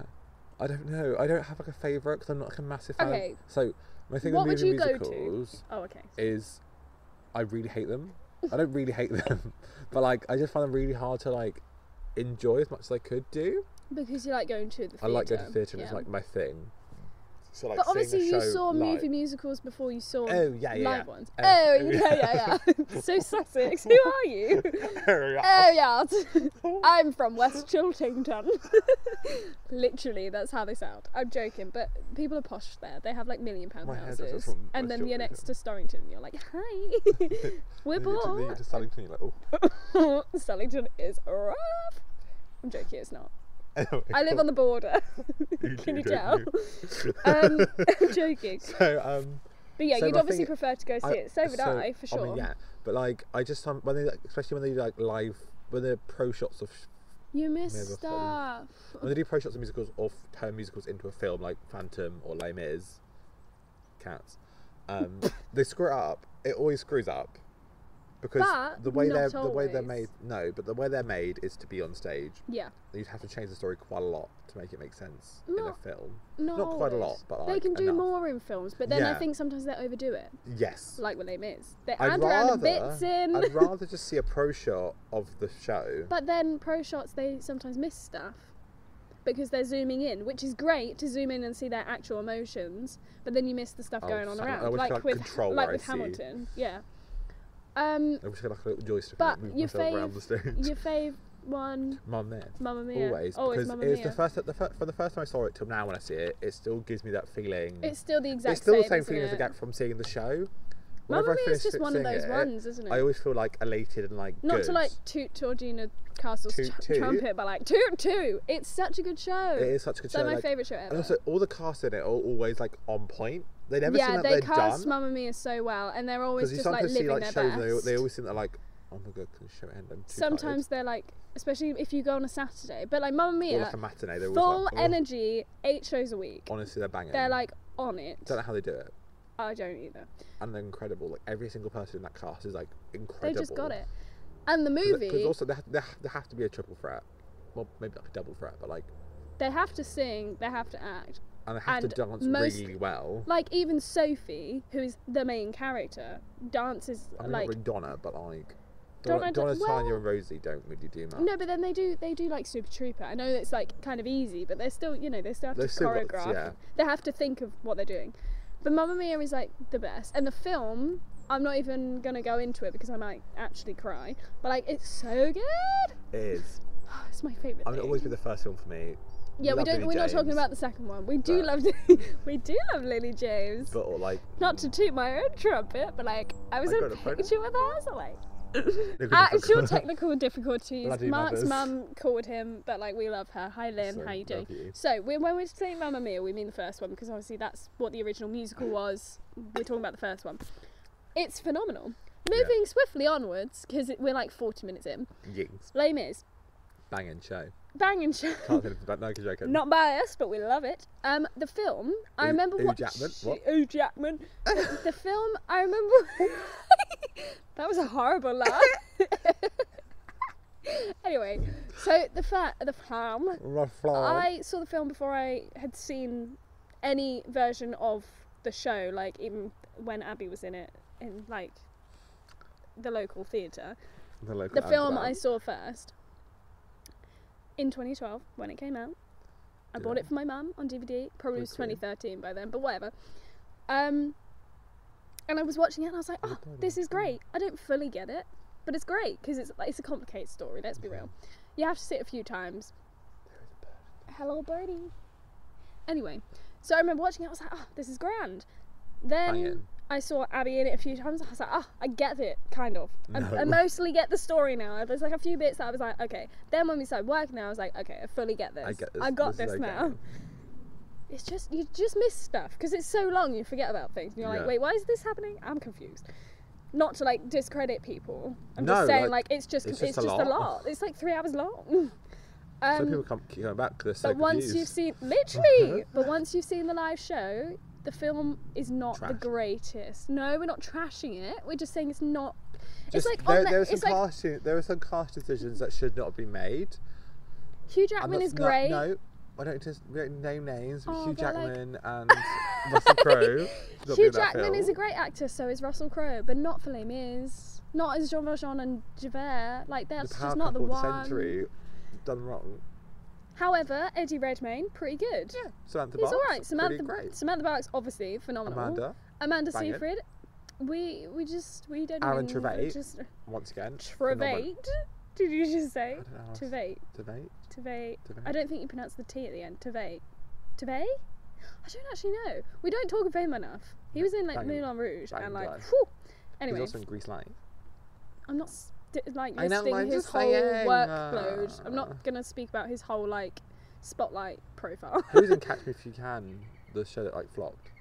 I don't know. I don't have like a favourite because I'm not like a massive fan. Okay. So my thing What would with movie you go to? musicals Oh, okay. is I really hate them. I don't really hate them, but like I just find them really hard to like enjoy as much as I could do. Because you like going to the theatre. I like going to theatre and it's yeah. like my thing. So like But obviously, seeing a you show saw live- movie musicals before you saw Oh, yeah, yeah, yeah. live ones. Oh, Oh, oh, yeah, yeah, yeah. so Sussex, who are you? Oh yeah, I'm from West Chiltington. Literally, that's how they sound. I'm joking, but people are posh there. They have like million pound My hairdresser's houses, from and West then you're next Chiltington. to Storrington. You're like, hi, we're Then you get to- then you poor. get to Sally Clean, like, oh. Storrington is rough. I'm joking, it's not. Anyway, I live on the border. You Can do, you don't tell? you? Um, I'm joking. so um, But yeah, So you'd my obviously thing- prefer to go see I- it. So would so- I, for sure. I mean, yeah, but like I just um, when they like, especially when they do, like live when they're pro shots of You miss Never stuff. followed. when they do pro shots of musicals or f- turn musicals into a film like Phantom or Les Mis, Cats, um, they screw it up. It always screws up because But the way not they're the way they're always. made no, but the way they're made is to be on stage. Yeah. You'd have to change the story quite a lot to make it make sense in a Not- film. Not, Not quite a always. lot, but they like, can do enough. more in films. But then I Yeah. think sometimes they overdo it. Yes. like what they miss. They I'd add rather, random bits in, I'd rather just see a pro shot of the show. but then pro shots they sometimes miss stuff. because they're zooming in, which is great to zoom in and see their actual emotions, but then you miss the stuff Oh, going on so- I around, wish I like, could with control like what I with see. Hamilton, yeah. Um, I wish I had like a little joystick But and move your myself around the stage. your fave one, Mum there. Mamma Mia, Always, always because Mamma it's Mia. the first, the first, from the first time I saw it till now when I see it, it still gives me that feeling. it's still the exact it's still the same same feeling isn't as I it? get from seeing the show. Mamma Whenever I Mia finish is just one of seeing those it, ones, isn't it? I always feel like elated and like Not good. to like toot Georgina Castle's Toot tr- toot. trumpet, but like toot toot. It's such a good show. It is such a good It's like show. my like- favourite show ever. And also, all the cast in it are always like on point. They never yeah, seem like they are cast done. Mamma Mia so well, and they're always Because you just like sometimes living see like their shows best. and they, they always seem that like, oh my god, can the show end? I'm too Sometimes they're like, especially if you go on a Saturday, but like Mamma tired. Or Mia, like a matinee, they're full always like, oh, energy, eight shows a week. honestly, they're banging. They're like on it. don't know how they do it, I don't either. and they're incredible. Like every single person in that cast is like They incredible. just got it. And the movie, Because also there, ha- there, ha- there have to be a triple threat. Well, maybe like a double threat, but like, they have to sing, they have to act. and they have And to dance most- really well. Like even Sophie, who is the main character, dances I mean, like not really Donna, but like. Donna Donna, d- Donna Tanya well- and Rosie don't really do much. No, but then they do they do like Super Trooper. I know it's like kind of easy, but they're still you know they still have They've to still got- choreograph. yeah. They have to think of what they're doing. But Mamma Mia is like the best, and the film. I'm not even gonna go into it because I might actually cry. But like, it's so good. It is. it's my favorite. I thing. mean, it'll always be the first film for me, yeah, we love don't. Lily we're not talking James, about the second one. We do but- love. we do love Lily James. but or like not to toot my own trumpet, but like I was I in a got a photo. picture with her, so like Look at this actual one. technical difficulties. Bloody Mark's mothers. mum called him, but like we love her. Hi Lynn, So, how you doing? love you. So we, when we're saying Mamma Mia, we mean the first one because obviously that's what the original musical was. We're talking about the first one. It's phenomenal. Yeah. Moving swiftly onwards because we're like 40 minutes in. Yings. Les Mis, Banging show. banging show. Can't say anything about no, 'cause you're joking. Not biased, but we love it. Um, the film. I Hugh- remember Hugh watch- Jackman, what? Hugh Jackman. the, the film. I remember. that was a horrible laugh. anyway, so the fa- the film. Ruffalo. I saw the film before I had seen any version of the show, like even when Abby was in it, in like the local theatre. The, local The film I underground. saw first in 2012 when it came out. I bought Yeah. it for my mum on DVD. Probably was Okay. 2013 by then, but whatever. Um, and I was watching it and I was like, Oh, oh, darling, this is mm. great. I don't fully get it, but it's great because it's it's a complicated story. Let's be Okay. real. You have to see it a few times. Hello, birdie. Anyway, so I remember watching it. I was like, oh, this is grand. Then Banging. I saw Abby in it a few times. I was like, oh, I get it, kind of. No. I, I mostly get the story now. There's like a few bits that I was like, okay. Then when we started working, I was like, okay, I fully get this. I get this. I got is this, okay. now. It's just you just miss stuff because it's so long. You forget about things. And you're Yeah. like, wait, why is this happening? I'm confused. Not to like discredit people. I'm No, just saying, like, like, it's just it's it's, just a just, a, lot. lot. It's like three hours long. Um, so people come, keep coming back because they're so but once confused. you've seen, literally, but once you've seen the live show, the film is not the Trash. greatest. No, we're not trashing it. We're just saying it's not. it's Just- like there, on the, there were some it's like cast, there were some cast decisions that should not have been made. Hugh And Jackman that's is not- great. No, I don't just we don't name names. But Oh, Hugh but, like- Jackman and Russell Crowe. should not be Hugh in that Jackman is a film. great actor, so is Russell Crowe, but not for Les Mis. Not as Jean Valjean and Javert. Like the that's power just not the couple of one. the century done wrong. However, Eddie Redmayne, pretty good. Yeah, Samantha He's Barks. all right. pretty Samantha, great. Samantha Barks, obviously phenomenal. Amanda, Amanda Bang it. Seyfried. We we just we don't. Aaron even- Tveit. Just, once again. phenomenal. Trevate? Did you just say? I don't know how to- Tevate. Tevate? Tevate. Tevate? I don't think you pronounce the T at the end. Tevate. Tevate? I don't actually know. We don't talk of him enough. He was in like Bang- Moulin Rouge bang and like, guy. whew. He's Anyway, also in Grease Light. I'm not st- like I know, listing I'm his just whole saying, workload. I'm uh. not gonna speak about his whole like spotlight profile. Who's in Catch Me If You Can? The show that like flopped.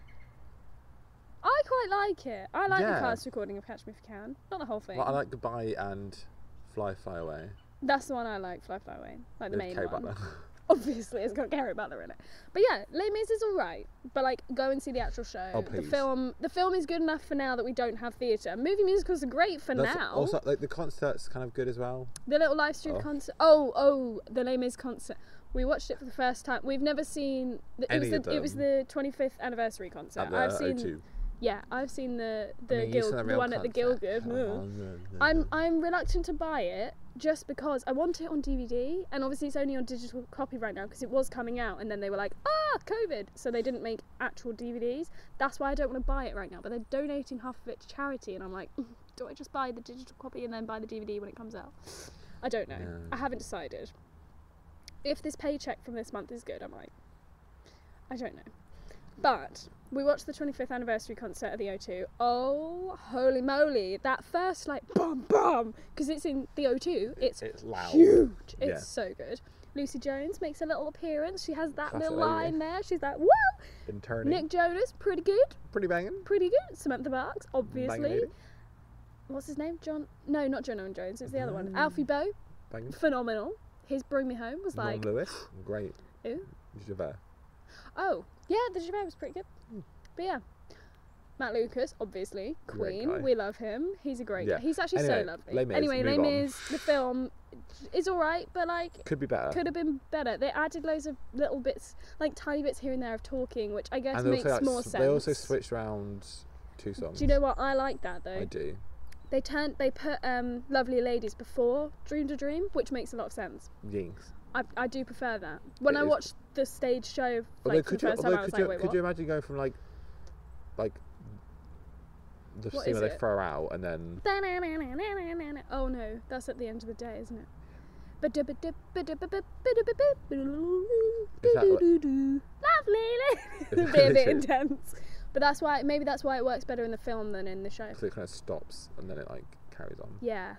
I quite like it. I like Yeah. the cast recording of Catch Me If You Can. Not the whole thing. Well, I like Goodbye and Fly Fly Away. That's the one I like, Fly Fly Away. Like the with main Kay one. Butler. obviously it's got Gary Butler in it. But yeah, Les Mis is alright. But like, go and see the actual show. Oh, the please. film, the film is good enough for now that we don't have theatre. Movie musicals are great for That's now. Also, like the concert's kind of good as well. the little live stream Oh. concert. Oh, oh, the Les Mis concert. We watched it for the first time. We've never seen. The, it, was Any the, of it was them. the 25th anniversary concert. at the I've seen. O2. Yeah, I've seen the I the, mean, you Gil- saw the real one at the concert. Guildwood. Oh, no, no, no. I'm I'm reluctant to buy it just because I want it on DVD, and obviously it's only on digital copy right now because it was coming out, and then they were like, ah, COVID, so they didn't make actual DVDs. That's why I don't want to buy it right now. But they're donating half of it to charity, and I'm like, "Mm, do I just buy the digital copy and then buy the DVD when it comes out? I don't know. No. I haven't decided. If this paycheck from this month is good, I might. I don't know. But we watched the 25th anniversary concert at the O2. Oh, holy moly! That first like bum bum because it's in the O2. It's It's loud. huge. It's Yeah. so good. Lucy Jones makes a little appearance. She has that Classic little lady. line there. She's like, woo! Been turning. Nick Jonas, pretty good, Pretty banging. pretty good. Samantha Barks, Banging obviously. lady, What's his name? John? No, not John Owen Jones. It's the other one. Mm. Alfie Bow, Banging. phenomenal. His Bring Me Home was Norman like, Lewis. Great. Who? Javert. oh, yeah, the Javert was pretty good. But yeah. Matt Lucas, obviously, Great guy. Queen. We love him. He's a great Yeah. guy. He's actually Anyway, so lovely. Les Mis, anyway, move Les on. Mis, the film is alright, but like Could be better. could have been better. They added loads of little bits, like tiny bits here and there of talking, which I guess and they makes also, like, more s- sense. they also switched around two songs. Do you know what I like that though? I do. They turned, they put um, "Lovely Ladies" before "Dreamed a Dream," which makes a lot of sense. Yinx. I, I do prefer that. When It I is- watched the stage show, like for although the could you, first time, although I was could, like, you, wait, could what? you imagine going from like, like, the What scene is where they it? throw out and then Oh no, that's at the end of the day, isn't it? Is that what- Lovely, Is it'd that be a bit literally- intense. But that's why maybe that's why it works better in the film than in the show. so it kind of stops and then it like carries on. Yeah,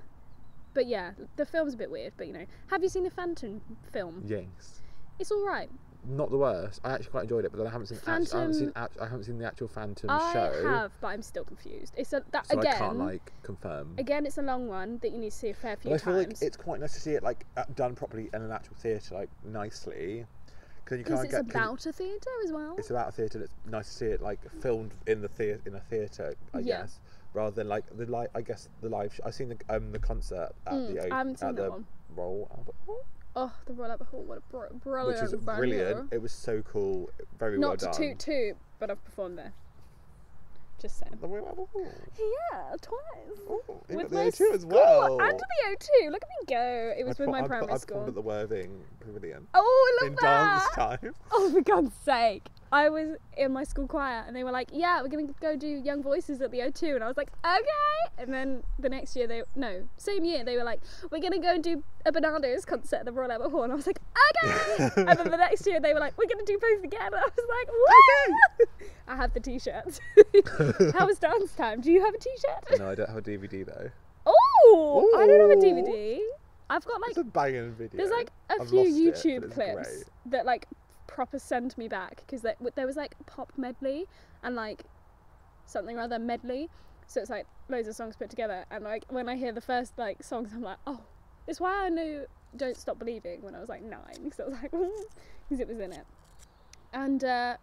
but yeah, the film's a bit weird. But you know, have you seen the Phantom film? Yinx. It's all right. Not the worst. I actually quite enjoyed it, but then I haven't seen. Act- I haven't seen. Phantom- Act- I haven't seen the actual Phantom I show, have, but I'm still confused. It's a, that so again. I can't like confirm. Again, it's a long one that you need to see a fair few But I feel like times. it's quite nice to see it like uh, done properly in an actual theatre, like nicely, because you because can't it's get. 'cause about a theatre as well. it's about a theatre. and It's nice to see it like filmed in the theatre in a theatre, I Yeah. guess, rather than like the li- I guess the live. Sh- I've seen the um the concert at Mm, the I haven't at seen that the one. Royal Albert Hall, Oh, the Royal Albert Hall, what a br- which brilliant was venue. brilliant. It was so cool, very Not well to done. toot toot, but I've performed there. Just saying. The Royal Albert Hall. Yeah, twice. Ooh, you With got the my A2 school as well. and the O2. Look at me go. It was with perf- my primary I school. performed at the Worthing Pavilion oh, I love in that. dance time. Oh, for God's sake. I was in my school choir and they were like, yeah, we're going to go do Young Voices at the O2. And I was like, okay. And then the next year, they, no, same year, they were like, we're going to go and do a Bananas concert at the Royal Albert Hall. And I was like, okay. and then the next year, they were like, we're going to do both again. And I was like, woo! I have the t shirts. How was dance time? Do you have a t shirt? no, I don't have a DVD though. Oh, I don't have a Ooh. DVD. I've got like It's a banging video. there's like a I've few lost it, YouTube but it's clips great. that like proper send me back because there, there was like pop medley and like something or other medley. So it's like loads of songs put together. And like when I hear the first like songs, I'm like, oh, it's why I knew Don't Stop Believing when I was like nine because I was like, because it was in it. And uh,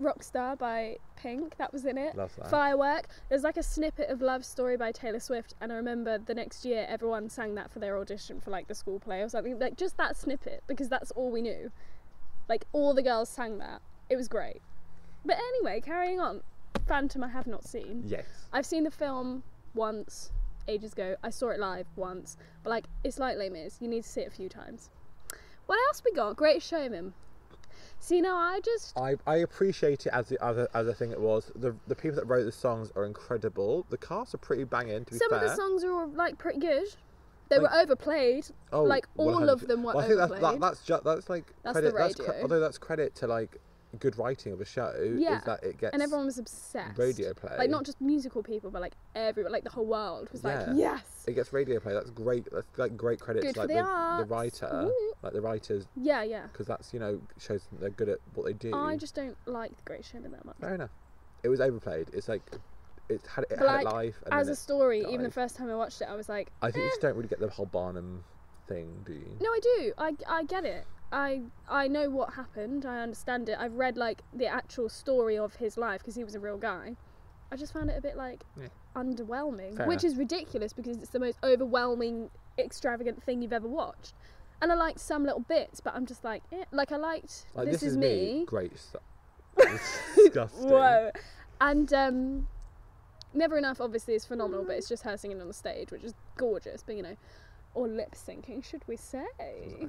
Rockstar by Pink, that was in it. Love that. Firework. There's like a snippet of Love Story by Taylor Swift, and I remember the next year everyone sang that for their audition for like the school play or something. Like just that snippet because that's all we knew. Like all the girls sang that. It was great. But anyway, carrying on. Phantom, I have not seen. Yes. I've seen the film once, ages ago. I saw it live once, but like it's like Les Mis. You need to see it a few times. What else we got? Great Showman. See now, I just I, I appreciate it as the other as a thing it was. The the people that wrote the songs are incredible. The casts are pretty banging to be some fair. of the songs are all, like pretty good. They Like- were overplayed. Oh, like all of 100%. them were Well, I think overplayed. that's that, that's just that's like That's the credit. that's radio. although that's credit to like good writing of a show. Yeah, Is that it gets and everyone was obsessed. radio play. Like not just musical people, but like everyone, like the whole world was Yeah. like, yes, it gets radio play. That's great. That's like great credit Good to for like the the, arts. writer, Woo. like the writers, yeah, yeah. because that's you know shows that they're good at what they do. I just don't like the Great Showman that much. Fair enough. It was overplayed. It's like it had it, had But, like, it live. And As then a it, story, even the died. first time I watched it, I was like, I think eh. you just don't really get the whole Barnum thing, do you? No, I do. I, I get it. I I know what happened. I understand it. I've read like the actual story of his life because he was a real guy. I just found it a bit like Yeah. underwhelming, Fair which enough. is ridiculous because it's the most overwhelming, extravagant thing you've ever watched. And I liked some little bits, but I'm just like, eh. like I liked Like this, is me. Great stuff. disgusting. Whoa, and um, never enough obviously is phenomenal, but it's just her singing on the stage, which is gorgeous. But you know, or lip syncing, should we say? I was like, yeah.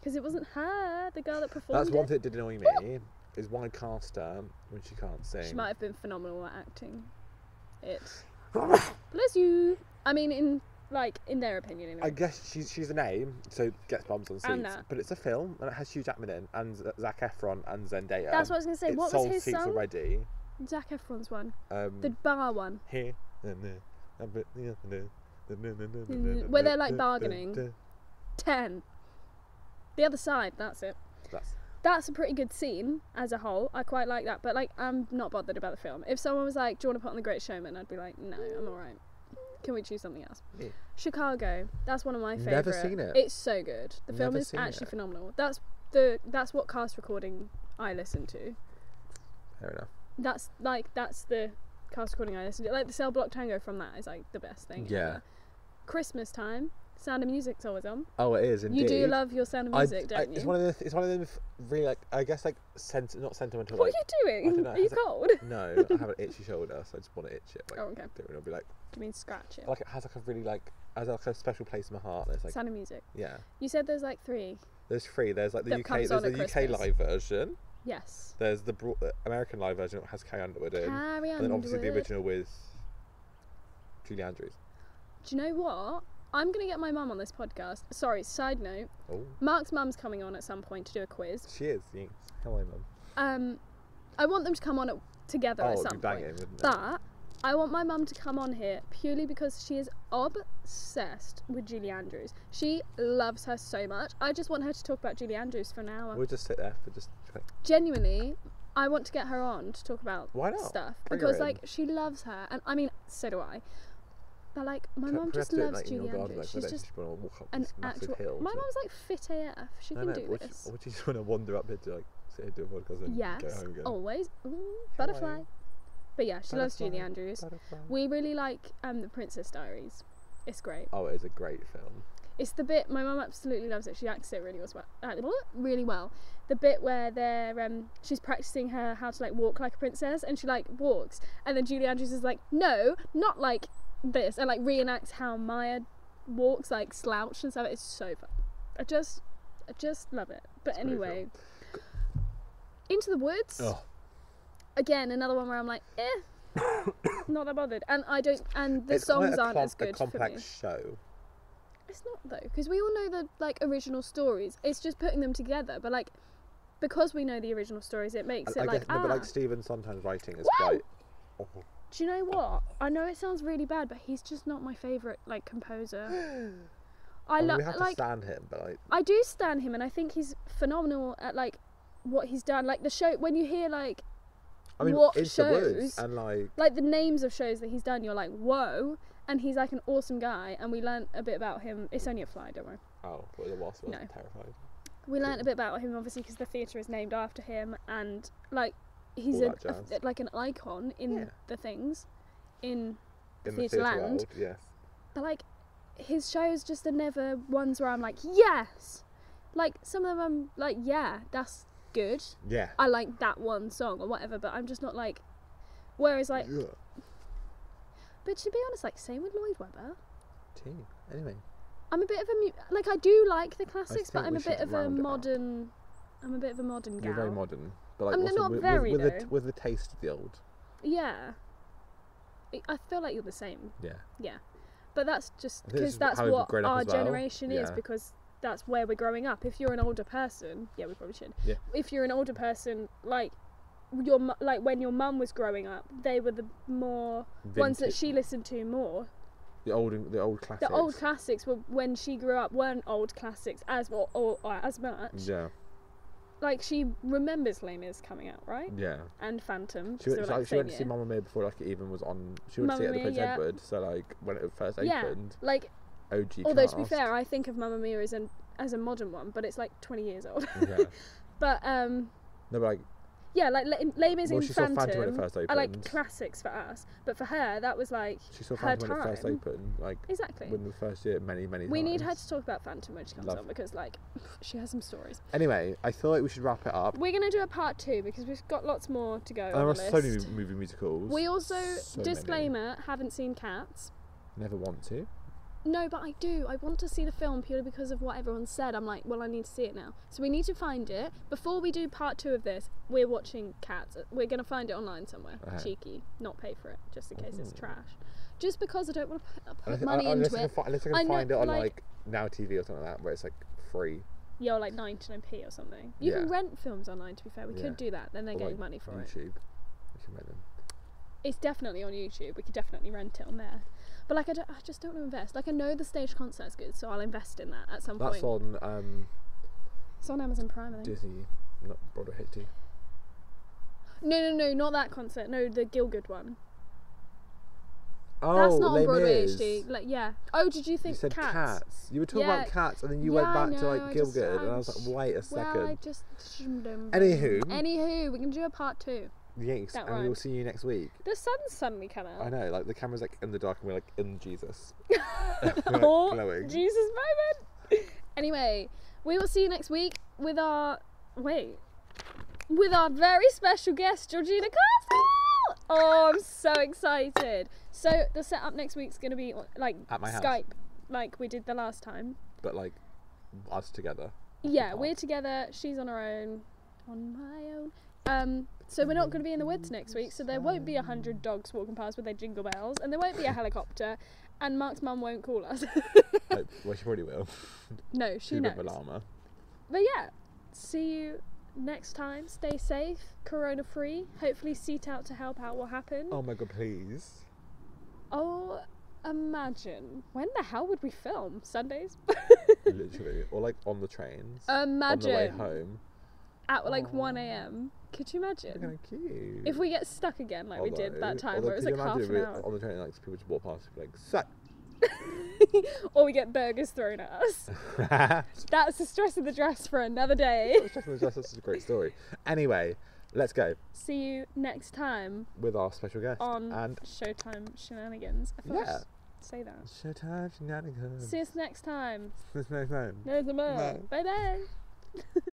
Because it wasn't her, the girl that performed. That's one it. thing that did annoy me is why Caster when she can't sing. She might have been phenomenal at acting. It. Bless you. I mean, in like in their opinion, anyway. I guess she's she's a name, so gets bombs on seats. Anna. But it's a film and it has Hugh Jackman in and Zach Efron and Zendaya. That's what I was gonna say. it what was sold his seats song? already. Zac Efron's one, Um, the bar one. here and there, and but- yeah, and there, and there, and there, and there, Mm, Where they're, like, and there, and bargaining. there. Ten. The other side. That's it. That's That's a pretty good scene as a whole. I quite like that, but like I'm not bothered about the film. If someone was like, "Do you want to put on The Great Showman?" I'd be like, "No, I'm all right. Can we choose something else?" Yeah. Chicago. That's one of my favorites. Never seen it. It's so good. The film Never is seen actually it. phenomenal. That's the that's what cast recording I listen to. fair enough. That's like that's the cast recording I listen to. Like the Cell Block Tango from that is like the best thing. Yeah. ever. Christmas time. Sound of Music's always on. Oh, it is indeed. You do love your Sound of I- Music, I- don't you? It's one of the it's one of them f- really like I guess like sent not sentimental what like are you I don't doing? know, Are you has it- cold? no I have an itchy shoulder so I just want to itch it like Oh, okay. do it and I'll be like You mean scratch it? like it has like a really like has like a special place in my heart. It's like Sound of Music. yeah, You said there's like three. there's three. There's like the That UK comes there's on the at UK Christmas. live version. Yes. There's the bro- uh, American live version that has Carrie Underwood in, Carrie and then obviously the Underwood. original with Julie Andrews. Do you know what? I'm gonna get my mum on this podcast. Sorry, side note. Oh, Mark's mum's coming on at some point to do a quiz. she is. Yes. Hello, mum. Um, I want them to come on at, together Oh, at it'd be some banging, point. wouldn't it? But I want my mum to come on here purely because she is obsessed with Julie Andrews. She loves her so much. I just want her to talk about Julie Andrews for an hour. We'll just sit there for just. Like, Genuinely, I want to get her on to talk about Why not? stuff Bring her because in. like she loves her, and I mean, so do I. But like, my Pro- mum just perhaps do it, loves like, in your Julie garden, Andrews. She's like, where just she wanna walk up an this massive actual. hill. My to- mum's like fit AF. She No, can no, do would this. You, would you just want to wander up here to like sit here do a podcast and go Yes, home again? always. Ooh, butterfly. But yeah, she loves Julie Butterfly, Andrews. butterfly. We really like um, The Princess Diaries. It's great. Oh, it is a great film. It's the bit my mum absolutely loves it. She acts it really was well, uh, blah, really well. The bit where they're um, she's practicing her how to like walk like a princess, and she like walks, and then Julie Andrews is like, no, not like this, and like reenacts how Maya walks, like slouched and stuff. It's so fun. I just, I just love it. But pretty cool. anyway, into the woods Oh, again another one where I'm like, eh, not that bothered. And I don't, and the it's songs quite a aren't com- as good A for me. complex show. It's not though, because we all know the like original stories. It's just putting them together. But like, because we know the original stories, it makes I, it I like guess, no, but ah. like Stephen sometimes writing is Wow! quite. Oh, Do you know what? I know it sounds really bad, but he's just not my favorite like composer. I I mean, love we have to like stand him, but like, I do stan him, and I think he's phenomenal at like what he's done. Like the show when you hear like I mean, what it's the shows- woods and like like the names of shows that he's done, you're like, whoa. And he's like an awesome guy, and we learnt a bit about him. It's only a fly, don't worry. oh, what the wasp was No. terrified. We learnt a bit about him, obviously, because the theatre is named after him, and like he's All a, that jazz. a- like an icon in Yeah. the things, in the In the theatre theatre land. world, yes. But like his shows just are never ones where I'm like, yes. Like some of them, I'm like, yeah, that's good. Yeah. I like that one song or whatever, but I'm just not like. Whereas like, Yeah. but to be honest, like same with Lloyd Webber. Tea. Anyway, I'm a bit of a mu- like I do like the classics, but think I'm we a bit of should a round it up. modern. I'm a bit of a modern gal. you're very modern, but like I mean, also Um, not with, very, with, with, though. the, with the taste of the old. yeah. I- I feel like you're the same. Yeah. Yeah. But that's just I think this because is that's how we've what grown up our as well. generation is Yeah. because that's where we're growing up. If you're an older person, yeah, we probably should. Yeah. If you're an older person, like your mu- like when your mum was growing up, they were the more ones that Vintage- she listened to more. The old, the old classics. The old classics were when she grew up weren't old classics as or, or, or as much. Yeah. Like she remembers Les Mis coming out, right? Yeah. And Phantom. 'cause Mm. She they went, were, she, like, she the same went to see year. Mamma Mia before like it even was on. She went to see it Mamma at the Prince Mia, yeah. Edward, so like when it first Yeah, opened, like OG. Although to be cast. fair, I think of Mamma Mia as an as a modern one, but it's like 20 years old. yeah. but um, No, but like yeah, like Le- Les Mis Well, and she saw Phantom when it first are like opened. classics for us, but for her, that was like she saw her Phantom time. when it first opened, like Exactly. within the first year, many many. we need her times. to talk about Phantom when she comes Love. on because like she has some stories. Anyway, I feel like we should wrap it up. We're gonna do a part two because we've got lots more to go. on there are the so many list. movie musicals. We also So many. disclaimer haven't seen Cats. Never want to. no, but I do. I want to see the film purely because of what everyone said. I'm like, well, I need to see it now. So we need to find it before we do part two of this. We're watching Cats. Uh, We're gonna find it online somewhere. Right. Cheeky, not pay for it just in case it's trash. Just because I don't want to put, Unless, put money un- unless into Mm. I can it. fi- unless I can I know, find it on like- like, Now TV or something like that, where it's like free. Yeah, or like 99p or something. You can Yeah. rent films online. To be fair, we Yeah. could do that. Then they're or, getting like, money for it. YouTube. You can make them. it's definitely on YouTube. We could definitely rent it on there. But like, I, don't, I just don't want to invest. Like, I know the stage concert's good, so I'll invest in that at some That's point. on um, It's on Amazon Prime, I think. Disney, not Broadway Hit Two. No, no, no, not that concert. No, the Gilgood one. Oh, That's not Les on Broadway Mis. HD. Like, yeah. Oh, did you You think said cats? cats. You were talking Yeah. about cats, and then you Yeah, went I back to know, I like just- Gilbert, and I'm I was just- like, wait a Well, second. I just. Anywho. Anywho, we can do a part two. Yanks, That Oh. and we'll rhymed. see you next week. The sun's suddenly come out. I know, like the camera's like in the dark, and we're like in Jesus. We're, like, oh, glowing. Jesus moment. Anyway, we will see you next week with our wait with our very special guest Georgina Castle. Oh, I'm so excited. So the setup next week's gonna be like At my house. Skype, like we did the last time. But like us together. Yeah, Apart. we're together. She's on her own. On my own. Um, so we're not going to be in the woods next week. So there won't be a hundred dogs walking past with their jingle bells, and there won't be a helicopter, and Mark's mum won't call us. Like, well, she probably will. no, she She's knows. a llama. But yeah, see you next time. Stay safe, corona free. Hopefully, seat out to help out will happen. Oh my god, please. oh imagine when the hell would we film Sundays? Literally, or like on the trains. Oh, On the way imagine home. Oh. at like Aw. 1 a.m. Could you imagine? Kind of cute. If we get stuck again, like we did that Although- time, although where it was could like you half imagine an if we- hour, On the train, like people just walk past, and be like, "Suck." or we get burgers thrown at us. That's the stress of the dress for another day. That's a great story. Anyway, let's go See you next time with our special guest on and Showtime Shenanigans. I thought I Yeah. Mm. should say that. Showtime shenanigans. See us next time. There's no time. There's a Bye. Bye bye.